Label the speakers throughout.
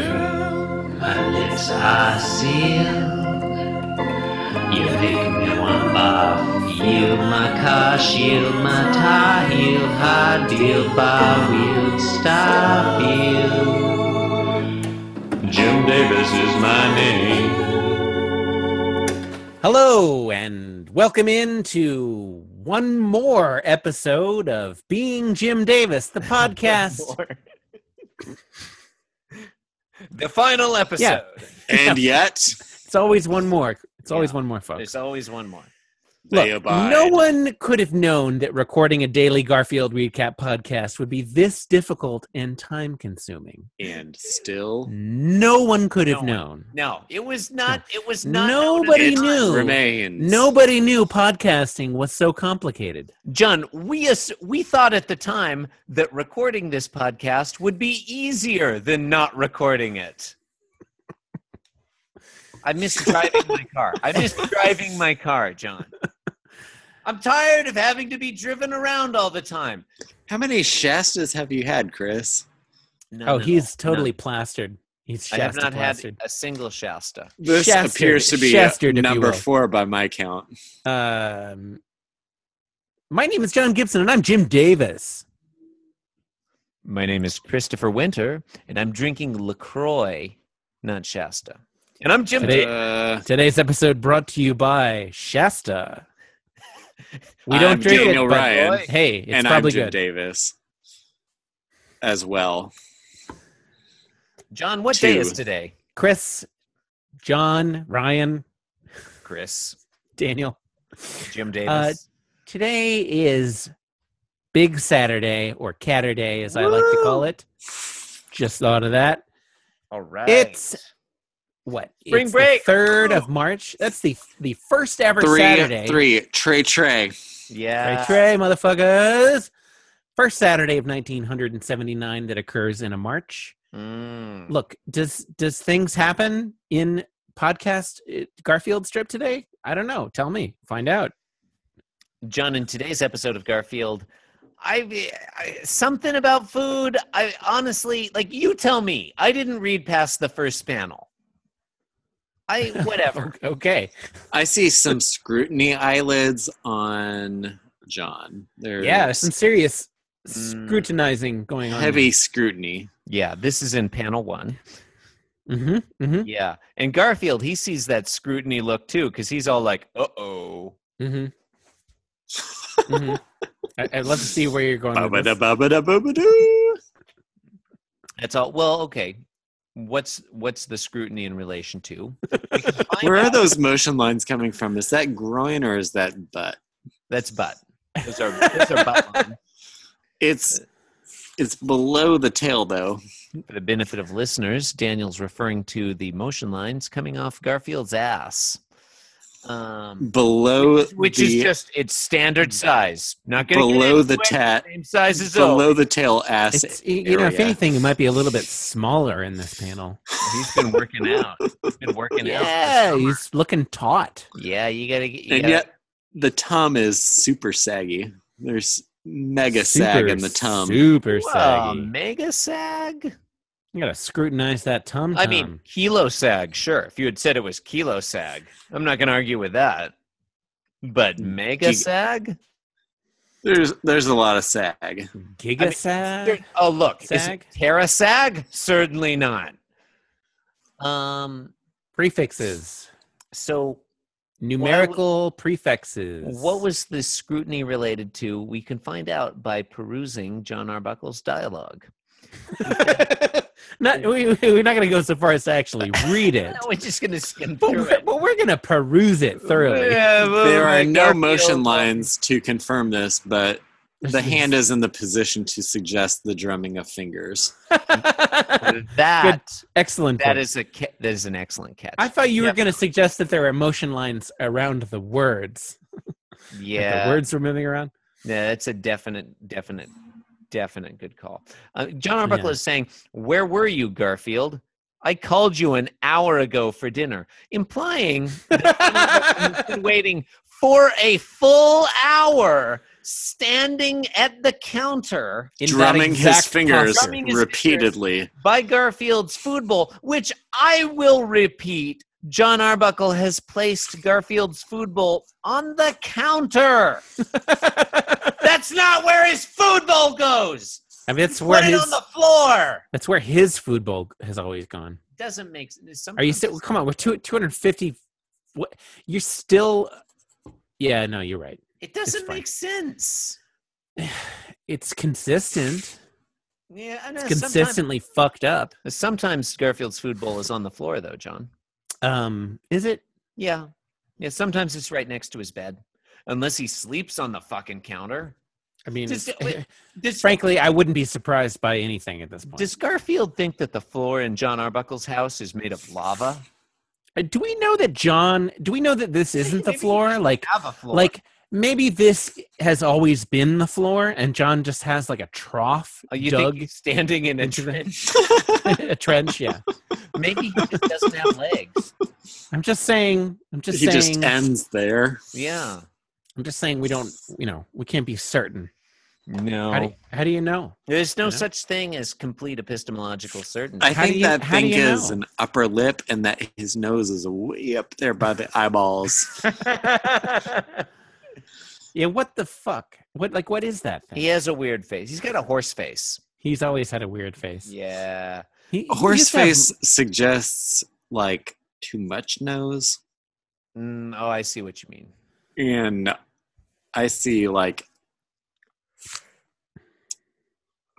Speaker 1: Girl, my lips are sealed. You make me want to barf. Yield my car, shield my tie, heel, high deal, bar wheel, stop heel. Jim Davis is my name.
Speaker 2: Hello and welcome in to one more episode of Being Jim Davis, the podcast.
Speaker 3: the final episode.
Speaker 2: Yeah.
Speaker 4: And yet,
Speaker 2: it's always one more. It's always
Speaker 3: Yeah.
Speaker 2: one more, folks.
Speaker 3: There's always one more.
Speaker 4: they
Speaker 2: Look,
Speaker 4: abide.
Speaker 2: no one could have known that recording a daily Garfield recap podcast would be this difficult and time consuming.
Speaker 4: and still
Speaker 2: No one could have
Speaker 3: No one.
Speaker 2: known.
Speaker 3: No, it was not. It was not. known at
Speaker 2: Nobody
Speaker 3: the time.
Speaker 2: knew.
Speaker 4: remains.
Speaker 2: Nobody knew podcasting was so complicated.
Speaker 3: John, we ass- we thought at the time that recording this podcast would be easier than not recording it. I miss driving my car. I miss driving my car, John. I'm tired of having to be driven around all the time.
Speaker 4: How many Shastas have you had, Chris?
Speaker 3: No,
Speaker 2: Oh,
Speaker 3: no,
Speaker 2: he's
Speaker 3: no.
Speaker 2: totally plastered. He's
Speaker 3: I have
Speaker 2: Shasta
Speaker 3: not
Speaker 2: plastered.
Speaker 3: had a single Shasta.
Speaker 4: This
Speaker 2: Shastered-
Speaker 4: appears to be a
Speaker 2: shastered, if you
Speaker 4: number
Speaker 2: will.
Speaker 4: four by my count.
Speaker 2: Um, my name is John Gibson, and I'm Jim Davis.
Speaker 3: My name is Christopher Winter, and I'm drinking LaCroix, not Shasta. And I'm Jim.
Speaker 2: Today-
Speaker 3: Davis.
Speaker 4: Uh,
Speaker 2: Today's episode brought to you by Shasta. We
Speaker 4: I'm
Speaker 2: don't drink
Speaker 4: Daniel
Speaker 2: it, but
Speaker 4: Ryan,
Speaker 2: hey, it's
Speaker 4: and I'm
Speaker 2: probably
Speaker 4: Jim
Speaker 2: good.
Speaker 4: Davis as well.
Speaker 3: John, what
Speaker 4: Two.
Speaker 3: day is today?
Speaker 2: Chris, John, Ryan,
Speaker 3: Chris,
Speaker 2: Daniel. Uh,
Speaker 3: Jim Davis.
Speaker 2: Today is Big Saturday or Catterday, as I like to call it. Just thought of that.
Speaker 3: All right.
Speaker 2: it's- What?
Speaker 3: Spring
Speaker 2: It's
Speaker 3: break.
Speaker 2: The 3rd of March. That's the the first ever
Speaker 4: Three,
Speaker 2: Saturday.
Speaker 4: three, Trey, Trey.
Speaker 2: Trey,
Speaker 3: yeah.
Speaker 2: Trey, motherfuckers. First Saturday of 1979 that occurs in a March.
Speaker 3: Mm.
Speaker 2: Look, does does things happen in podcast uh, Garfield strip today? I don't know. Tell me. Find out.
Speaker 3: John, in today's episode of Garfield, I, I something about food. I honestly, like, you tell me. I didn't read past the first panel. I whatever.
Speaker 2: O- Okay.
Speaker 4: I see some scrutiny eyelids on John. There's
Speaker 2: Yeah, some serious
Speaker 3: Mm.
Speaker 2: scrutinizing going on.
Speaker 4: heavy scrutiny.
Speaker 3: yeah, this is in panel one.
Speaker 2: hmm hmm
Speaker 3: Yeah. And Garfield, he sees that scrutiny look too, because he's all like, uh oh.
Speaker 2: hmm hmm I, I'd love to see where you're going.
Speaker 4: Ba
Speaker 2: With
Speaker 4: da
Speaker 2: this.
Speaker 4: ba da ba doo.
Speaker 3: That's all. Well, okay. What's what's the scrutiny in relation to? We can find
Speaker 4: Where are
Speaker 3: out.
Speaker 4: those motion lines coming from? Is that groin or is that butt?
Speaker 3: That's butt. Those are those are butt lines.
Speaker 4: It's it's below the tail though.
Speaker 3: For the benefit of listeners, Daniel's referring to the motion lines coming off Garfield's ass. Um
Speaker 4: Below
Speaker 3: which
Speaker 4: the,
Speaker 3: is just it's standard size. Not gonna get
Speaker 4: below
Speaker 3: into
Speaker 4: the
Speaker 3: it.
Speaker 4: tat
Speaker 3: same size as
Speaker 4: below
Speaker 3: below.
Speaker 4: the tail ass.
Speaker 2: It's, y- you know, if
Speaker 4: area.
Speaker 2: anything, it might be a little bit smaller in this panel.
Speaker 3: He's been working out. He's been working out.
Speaker 2: Yeah,
Speaker 3: this summer.
Speaker 2: he's looking taut.
Speaker 3: Yeah, you gotta get you
Speaker 4: and
Speaker 3: gotta-
Speaker 4: yet the tum is super saggy. There's mega sag
Speaker 2: Super,
Speaker 4: in the tum.
Speaker 2: Super
Speaker 3: Whoa,
Speaker 2: saggy.
Speaker 3: Mega sag?
Speaker 2: You gotta scrutinize that tum.
Speaker 3: I mean, kilo sag, sure. If you had said it was kilo sag, I'm not going to argue with that. But
Speaker 2: Mm,
Speaker 3: mega
Speaker 4: Gig-
Speaker 3: sag?
Speaker 4: There's there's a lot of sag.
Speaker 2: giga
Speaker 3: I mean,
Speaker 2: sag.
Speaker 3: Oh, look. is it
Speaker 2: Sag?
Speaker 3: Terra sag? Certainly not. Um,
Speaker 2: Prefixes,
Speaker 3: so
Speaker 2: numerical prefixes.
Speaker 3: what was the scrutiny related to? We can find out by perusing John Arbuckle's dialogue.
Speaker 2: not? We, we're not gonna go so far as to actually read it,
Speaker 3: No, we're just going to skim
Speaker 2: but
Speaker 3: through
Speaker 2: we're,
Speaker 3: it.
Speaker 2: but we're gonna peruse it thoroughly.
Speaker 3: Yeah, well,
Speaker 4: There are
Speaker 3: like
Speaker 4: no
Speaker 3: Garfield,
Speaker 4: motion
Speaker 3: um,
Speaker 4: lines to confirm this, but the hand is in the position to suggest the drumming of fingers.
Speaker 3: That
Speaker 2: Excellent.
Speaker 3: That
Speaker 2: point.
Speaker 3: is a ca- that is an excellent catch.
Speaker 2: I thought you were
Speaker 3: Yep.
Speaker 2: going to suggest that there are motion lines around the words. that
Speaker 3: yeah,
Speaker 2: the words we're moving around.
Speaker 3: yeah, that's a definite, definite, definite good call. Uh, John Arbuckle
Speaker 2: Yeah.
Speaker 3: is saying, "Where were you, Garfield? I called you an hour ago for dinner," implying you've been waiting for a full hour standing at the counter
Speaker 2: In that
Speaker 4: drumming his
Speaker 2: exact
Speaker 4: fingers
Speaker 2: posture.
Speaker 3: Drumming his
Speaker 4: repeatedly.
Speaker 3: by Garfield's food bowl, which I will repeat. John Arbuckle has placed Garfield's food bowl on the counter. That's not where his food bowl goes.
Speaker 2: I mean, that's
Speaker 3: Put
Speaker 2: where
Speaker 3: it
Speaker 2: his
Speaker 3: on the floor.
Speaker 2: that's where his food bowl has always gone.
Speaker 3: Doesn't make sense.
Speaker 2: Are you still? Come on, we're two two hundred fifty. What you're still? Yeah, no, you're right.
Speaker 3: It
Speaker 2: It's
Speaker 3: doesn't
Speaker 2: fine.
Speaker 3: make sense.
Speaker 2: It's consistent.
Speaker 3: Yeah, I know.
Speaker 2: It's
Speaker 3: Sometimes,
Speaker 2: consistently fucked up.
Speaker 3: sometimes Garfield's food bowl is on the floor, though, John.
Speaker 2: Um, is it?
Speaker 3: Yeah. Yeah, sometimes it's right next to his bed. Unless he sleeps on the fucking counter.
Speaker 2: I mean,
Speaker 3: Just-
Speaker 2: it's-
Speaker 3: wait, Does,
Speaker 2: frankly, I wouldn't be surprised by anything at this point.
Speaker 3: does Garfield think that the floor in John Arbuckle's house is made of lava?
Speaker 2: Uh, do we know that John? Do we know that this isn't the
Speaker 3: maybe he
Speaker 2: floor? Like,
Speaker 3: Lava floor.
Speaker 2: like maybe this has always been the floor, and John just has like a trough
Speaker 3: Oh, you
Speaker 2: dug
Speaker 3: think he's standing in a
Speaker 2: into the-
Speaker 3: trench?
Speaker 2: a trench. Yeah,
Speaker 3: Maybe he just doesn't have legs.
Speaker 2: I'm just saying. I'm just
Speaker 4: he
Speaker 2: saying.
Speaker 4: just ends there.
Speaker 3: Yeah.
Speaker 2: I'm just saying we don't. You know, we can't be certain.
Speaker 3: No.
Speaker 4: Oh.
Speaker 2: How, do, how do you know?
Speaker 3: There's no
Speaker 2: Yeah.
Speaker 3: such thing as complete epistemological certainty.
Speaker 4: I
Speaker 2: How
Speaker 4: think
Speaker 2: do you-
Speaker 4: that
Speaker 2: how do
Speaker 4: thing
Speaker 2: you
Speaker 4: is
Speaker 2: know?
Speaker 4: an upper lip, and that his nose is way up there by the eyeballs.
Speaker 2: yeah, what the fuck? What like what is that thing?
Speaker 3: he has a weird face. He's got a horse face.
Speaker 2: He's always had a weird face.
Speaker 3: Yeah.
Speaker 2: He- he
Speaker 4: A horse
Speaker 2: used to have-
Speaker 4: face suggests like too much nose,
Speaker 3: Mm, oh, I see what you mean.
Speaker 4: and I see like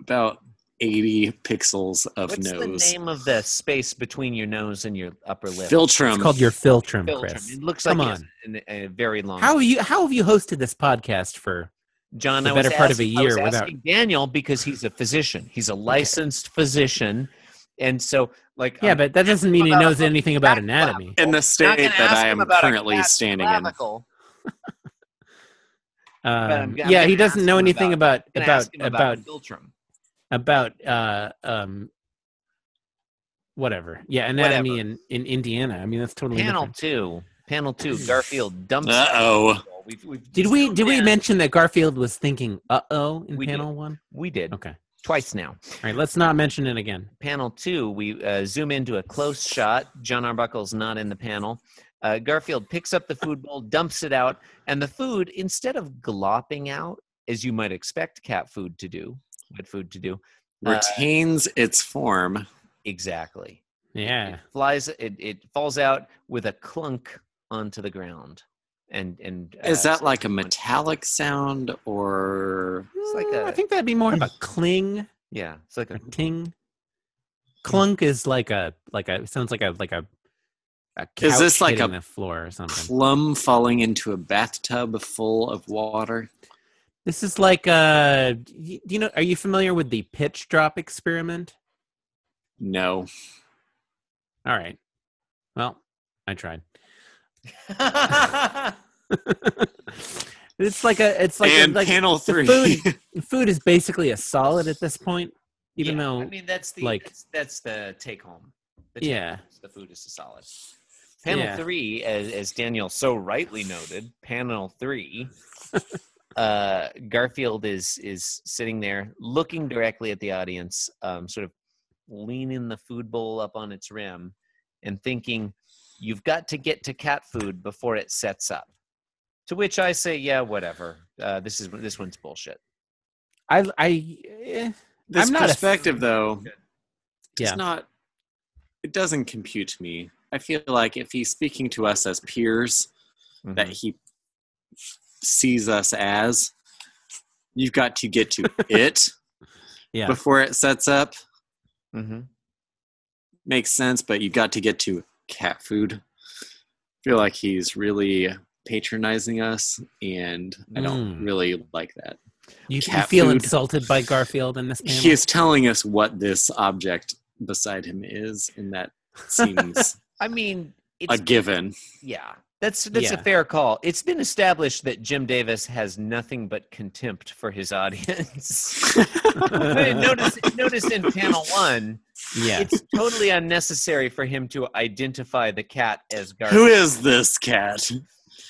Speaker 4: about eighty pixels of
Speaker 3: What's the
Speaker 4: nose.
Speaker 3: name of the space between your nose and your upper lip?
Speaker 4: Filtrum.
Speaker 2: it's called your filtrum,
Speaker 3: Philtrum.
Speaker 2: Chris.
Speaker 3: It looks
Speaker 2: Come
Speaker 3: like he has an- a very long.
Speaker 2: How you how have you hosted this podcast for
Speaker 3: John,
Speaker 2: the
Speaker 3: I was
Speaker 2: better part of a
Speaker 3: asking- I was
Speaker 2: year without-
Speaker 3: asking Daniel because he's a physician. He's a licensed physician, and so like
Speaker 2: Yeah,
Speaker 3: I'm
Speaker 2: but that doesn't mean he
Speaker 3: about a
Speaker 2: knows
Speaker 3: fucking
Speaker 2: anything about
Speaker 3: back
Speaker 2: anatomy.
Speaker 4: in the
Speaker 3: not
Speaker 4: state
Speaker 3: gonna
Speaker 4: that
Speaker 3: ask
Speaker 4: I
Speaker 3: him
Speaker 4: am
Speaker 3: about a
Speaker 4: currently
Speaker 3: cat's
Speaker 4: standing in.
Speaker 3: clavicle.
Speaker 2: Um,
Speaker 3: I'm gonna
Speaker 2: yeah, he
Speaker 3: ask
Speaker 2: doesn't know
Speaker 3: him
Speaker 2: anything about
Speaker 3: I'm gonna
Speaker 2: about
Speaker 3: ask him
Speaker 2: about
Speaker 3: about Philtrum.
Speaker 2: about, uh um whatever. Yeah, anatomy
Speaker 3: Whatever.
Speaker 2: in in Indiana. I mean, that's totally
Speaker 3: Panel
Speaker 2: different.
Speaker 3: two, panel two. Garfield dumps.
Speaker 4: Uh oh.
Speaker 3: We've- we've
Speaker 2: Did we
Speaker 3: zoomed
Speaker 2: did we
Speaker 3: in.
Speaker 2: mention that Garfield was thinking uh oh in
Speaker 3: We did.
Speaker 2: panel one?
Speaker 3: We did
Speaker 2: Okay.
Speaker 3: twice now.
Speaker 2: All right, let's not mention it again.
Speaker 3: panel two, we uh, zoom into a close shot. John Arbuckle's not in the panel. Uh, Garfield picks up the food bowl, dumps it out, and the food, instead of glopping out, as you might expect cat food to do, wet food to do, Uh,
Speaker 4: Retains its form.
Speaker 3: exactly.
Speaker 2: Yeah.
Speaker 3: It flies, it, it falls out with a clunk onto the ground. And, and
Speaker 4: Is
Speaker 3: uh,
Speaker 4: that like a metallic sound or
Speaker 3: It's like
Speaker 2: Mm, I
Speaker 3: a-
Speaker 2: think that'd be more of a cling
Speaker 3: Yeah, it's like
Speaker 2: or
Speaker 3: a,
Speaker 2: ting. Clunk is like a like a sounds like a like a. a
Speaker 4: Is
Speaker 2: couch
Speaker 4: this like
Speaker 2: hitting
Speaker 4: a
Speaker 2: the floor or something?
Speaker 4: plum falling into a bathtub full of water?
Speaker 2: This is like uh y- you know are you familiar with the pitch drop experiment?
Speaker 4: No.
Speaker 2: All right. Well, I tried. it's like a it's like a-
Speaker 4: and
Speaker 2: like
Speaker 4: panel
Speaker 2: the
Speaker 4: three.
Speaker 2: food- food is basically a solid at this point even
Speaker 3: Yeah,
Speaker 2: though
Speaker 3: I mean, that's the,
Speaker 2: like-
Speaker 3: that's, that's the take home. The take
Speaker 2: yeah.
Speaker 3: the food is a solid. Panel
Speaker 2: Yeah.
Speaker 3: three, as, as Daniel so rightly noted, panel three, uh, Garfield is is sitting there looking directly at the audience, um, sort of leaning the food bowl up on its rim, and thinking, "You've got to get to cat food before it sets up." To which I say, "Yeah, whatever. Uh, this is this one's bullshit."
Speaker 2: I I eh,
Speaker 4: this
Speaker 2: I'm not a-
Speaker 4: perspective though
Speaker 2: Yeah.
Speaker 4: it's not it doesn't compute to me. I feel like if he's speaking to us as peers
Speaker 3: Mm-hmm.
Speaker 2: Mm-hmm.
Speaker 4: that he sees us as, you've got to get to it
Speaker 2: yeah.
Speaker 4: before it sets up.
Speaker 3: Mm-hmm.
Speaker 4: makes sense, but you got to get to cat food. I feel like he's really patronizing us, and I don't
Speaker 2: Mm.
Speaker 4: really like that.
Speaker 2: You, you
Speaker 4: cat
Speaker 2: feel
Speaker 4: food.
Speaker 2: insulted by Garfield in this panel?
Speaker 4: He is telling us what this object beside him is, and that seems
Speaker 3: I mean, it's
Speaker 4: a given.
Speaker 3: Yeah, that's that's
Speaker 2: Yeah.
Speaker 3: a fair call. It's been established that Jim Davis has nothing but contempt for his audience. But notice, notice in panel one,
Speaker 2: yeah.
Speaker 3: it's totally unnecessary for him to identify the cat as
Speaker 4: Who
Speaker 3: Garfield.
Speaker 4: is this cat?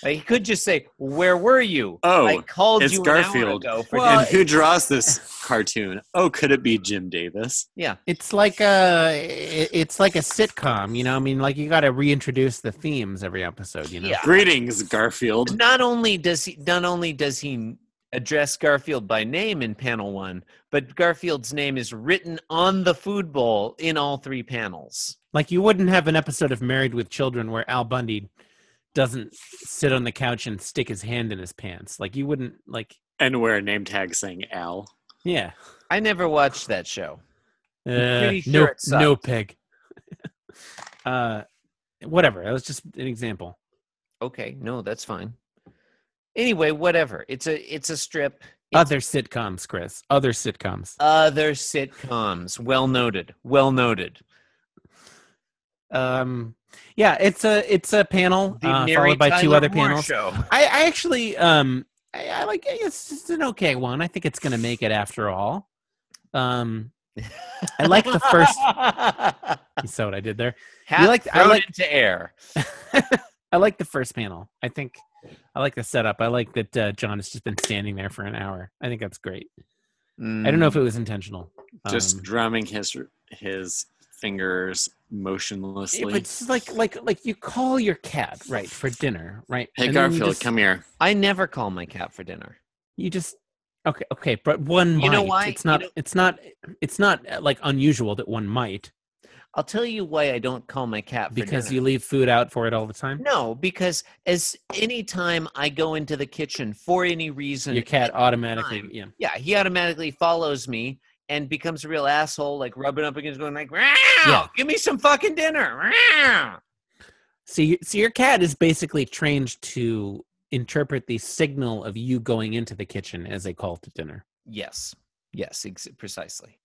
Speaker 3: Like, he could just say, "Where were you?
Speaker 4: Oh,
Speaker 3: I called
Speaker 4: it's
Speaker 3: you
Speaker 4: Garfield.
Speaker 3: an hour ago." For
Speaker 2: Well,
Speaker 4: and who draws this cartoon? Oh, could it be Jim Davis?
Speaker 2: It's like a it- it's like a sitcom, you know. I mean, like you got to reintroduce the themes every episode, you know.
Speaker 3: Yeah.
Speaker 4: Greetings, Garfield.
Speaker 3: not only does he not only does he address Garfield by name in panel one, but Garfield's name is written on the food bowl in all three panels.
Speaker 2: Like you wouldn't have an episode of Married with Children where Al Bundy doesn't sit on the couch and stick his hand in his pants. Like you wouldn't like
Speaker 4: And wear a name tag saying Al.
Speaker 2: yeah.
Speaker 3: I never watched that show.
Speaker 2: Uh,
Speaker 3: pretty sure
Speaker 2: no,
Speaker 3: it sucked.
Speaker 2: no pig. uh, whatever. That was just an example.
Speaker 3: Okay, no, that's fine. Anyway, whatever. It's a it's a strip.
Speaker 2: Other sitcoms, Chris. Other sitcoms.
Speaker 3: Other sitcoms. Well noted. Well noted.
Speaker 2: Um, yeah, it's a it's a panel
Speaker 3: The
Speaker 2: uh,
Speaker 3: Mary
Speaker 2: followed by two
Speaker 3: Tyler
Speaker 2: other
Speaker 3: Moore
Speaker 2: panels.
Speaker 3: Show.
Speaker 2: I, I actually um I, I like it's, it's an okay one. I think it's gonna make it after all. Um, I like the first. You saw what I did there.
Speaker 3: Half
Speaker 2: like- I
Speaker 3: thrown
Speaker 2: like-
Speaker 3: into air.
Speaker 2: I like the first panel. I think I like the setup. I like that uh, John has just been standing there for an hour. I think that's great. I don't know if
Speaker 3: Mm.
Speaker 2: it was intentional.
Speaker 4: Mm, Just
Speaker 2: Um,
Speaker 4: drumming his his fingers motionlessly.
Speaker 2: Yeah, but it's like like like you call your cat right for dinner, right?
Speaker 4: hey
Speaker 2: And then
Speaker 4: Garfield,
Speaker 2: you just,
Speaker 4: come here.
Speaker 3: I never call my cat for dinner.
Speaker 2: You just okay, okay, but one
Speaker 3: You know
Speaker 2: might.
Speaker 3: why?
Speaker 2: It's
Speaker 3: You
Speaker 2: not.
Speaker 3: know-
Speaker 2: it's not. It's not uh, like unusual that one might
Speaker 3: I'll tell you why I don't call my cat for
Speaker 2: because
Speaker 3: dinner.
Speaker 2: you leave food out for it all the time.
Speaker 3: No, because as any time I go into the kitchen for any reason,
Speaker 2: Your cat automatically.
Speaker 3: time.
Speaker 2: Yeah.
Speaker 3: yeah, he automatically follows me and becomes a real asshole, like rubbing up against, going like, "Meow,
Speaker 2: Yeah.
Speaker 3: give me some fucking dinner." meow."
Speaker 2: So you, so your cat is basically trained to interpret the signal of you going into the kitchen as a call to dinner.
Speaker 3: Yes, yes, ex- precisely.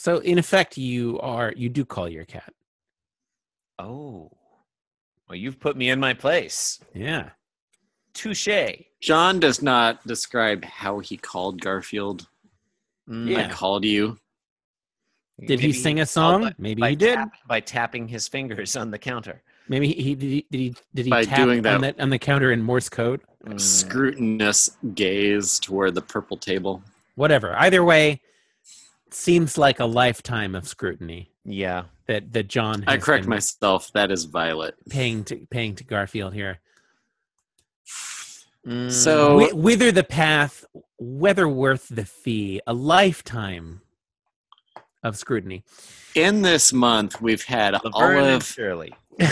Speaker 2: So in effect, you are you do call your cat.
Speaker 3: Oh, well, you've put me in my place.
Speaker 2: Yeah.
Speaker 3: Touche. Mm,
Speaker 4: John does not describe how he called Garfield.
Speaker 3: Mm,
Speaker 2: Yeah.
Speaker 4: I called you.
Speaker 2: Did he
Speaker 3: maybe
Speaker 2: sing a
Speaker 3: called
Speaker 2: song?
Speaker 3: by-
Speaker 2: Maybe
Speaker 3: by
Speaker 2: he did.
Speaker 3: tap- by tapping his fingers on the counter.
Speaker 2: Maybe he, he did. He, did he did he
Speaker 4: By
Speaker 2: tap
Speaker 4: doing
Speaker 2: on
Speaker 4: that-
Speaker 2: the on the counter in Morse code?
Speaker 3: Mm.
Speaker 4: Scrutinous gaze toward the purple table.
Speaker 2: Whatever. Either way, seems like a lifetime of scrutiny
Speaker 3: Yeah.
Speaker 2: that that John.
Speaker 4: I
Speaker 2: has
Speaker 4: correct
Speaker 2: been
Speaker 4: myself. That is Violet.
Speaker 2: paying to paying to Garfield here.
Speaker 3: Mm.
Speaker 4: So-
Speaker 2: Whi- whither the path, whether worth the fee, a lifetime of scrutiny.
Speaker 4: In this month, we've had
Speaker 3: Laverne and
Speaker 4: Olive.
Speaker 3: Shirley.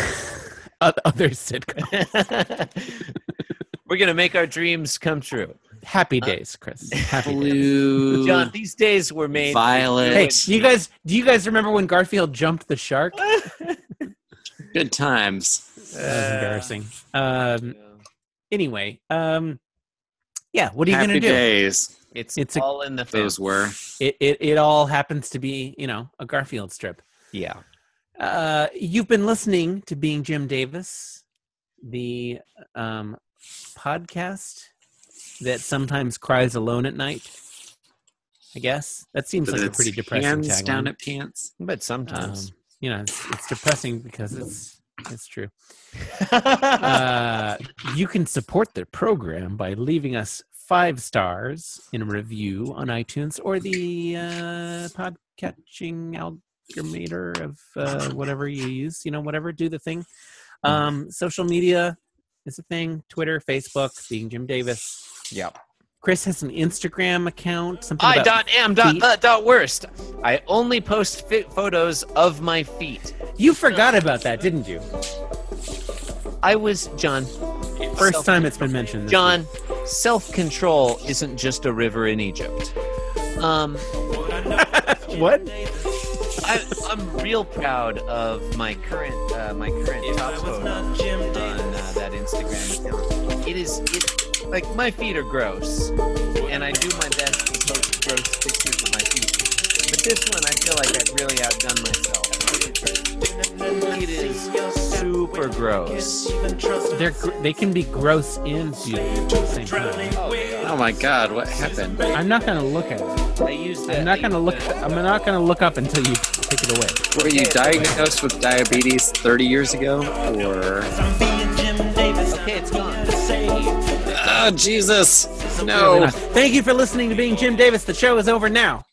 Speaker 2: Oth- Other sitcom.
Speaker 3: We're gonna make our dreams come true.
Speaker 2: Happy
Speaker 4: Uh,
Speaker 2: days, Chris. Happy days.
Speaker 4: Blue.
Speaker 3: John, these days were made.
Speaker 4: Violet.
Speaker 2: Hey, you guys, do you guys remember when Garfield jumped the shark? That
Speaker 4: Good times. Uh,
Speaker 2: was embarrassing.
Speaker 3: Uh,
Speaker 2: Um, anyway, um, yeah, what are you
Speaker 4: Happy
Speaker 2: going to do?
Speaker 4: days.
Speaker 3: It's,
Speaker 2: It's a-
Speaker 3: all in the
Speaker 4: Those
Speaker 2: Oh.
Speaker 3: face.
Speaker 4: were.
Speaker 2: It, it, it all happens to be, you know, a Garfield strip.
Speaker 3: Yeah.
Speaker 2: Uh, you've been listening to Being Jim Davis, the um, podcast that sometimes cries alone at night. I guess that seems
Speaker 4: But
Speaker 2: like a
Speaker 4: it's
Speaker 2: pretty depressing
Speaker 4: hands down
Speaker 2: tagline.
Speaker 4: at pants.
Speaker 3: But
Speaker 2: Um,
Speaker 3: sometimes.
Speaker 2: you know, it's, it's depressing because it's it's true. Um, Uh, you can support the program by leaving us five stars in a review on iTunes or the uh, podcatching algometer of uh, whatever you use. You know, whatever, do the thing. Um, social media is a thing. Twitter, Facebook, being Jim Davis.
Speaker 3: Yep.
Speaker 2: Chris has an Instagram account. Something
Speaker 3: I
Speaker 2: about
Speaker 3: dot am dot
Speaker 2: feet.
Speaker 3: the dot worst. I only post fit photos of my feet.
Speaker 2: you forgot about that, didn't you?
Speaker 3: I was John.
Speaker 2: First
Speaker 3: self-
Speaker 2: time it's been mentioned. this week.
Speaker 3: John, self control isn't just a river in Egypt. Um,
Speaker 2: What?
Speaker 3: I, I'm real proud of my current uh, my current top photo on uh, that Instagram account. It is it like my feet are gross, and I do my best to post gross pictures of my feet. But this one, I feel like I've really outdone myself. It is super gross.
Speaker 2: They're gr- they can be gross and beautiful at the same time.
Speaker 4: Oh my God! What happened?
Speaker 2: I'm not gonna look at it.
Speaker 3: I used.
Speaker 2: I'm not gonna look.
Speaker 3: uh,
Speaker 2: I'm not gonna look up until you take it away.
Speaker 4: Were you diagnosed with diabetes 30 years ago, or
Speaker 5: I'm being Jim Davis.
Speaker 3: Okay, it's gone.
Speaker 4: Oh, Jesus.
Speaker 2: Really
Speaker 4: No. Oh.
Speaker 2: not. Thank you for listening to Being Jim Davis. The show is over now.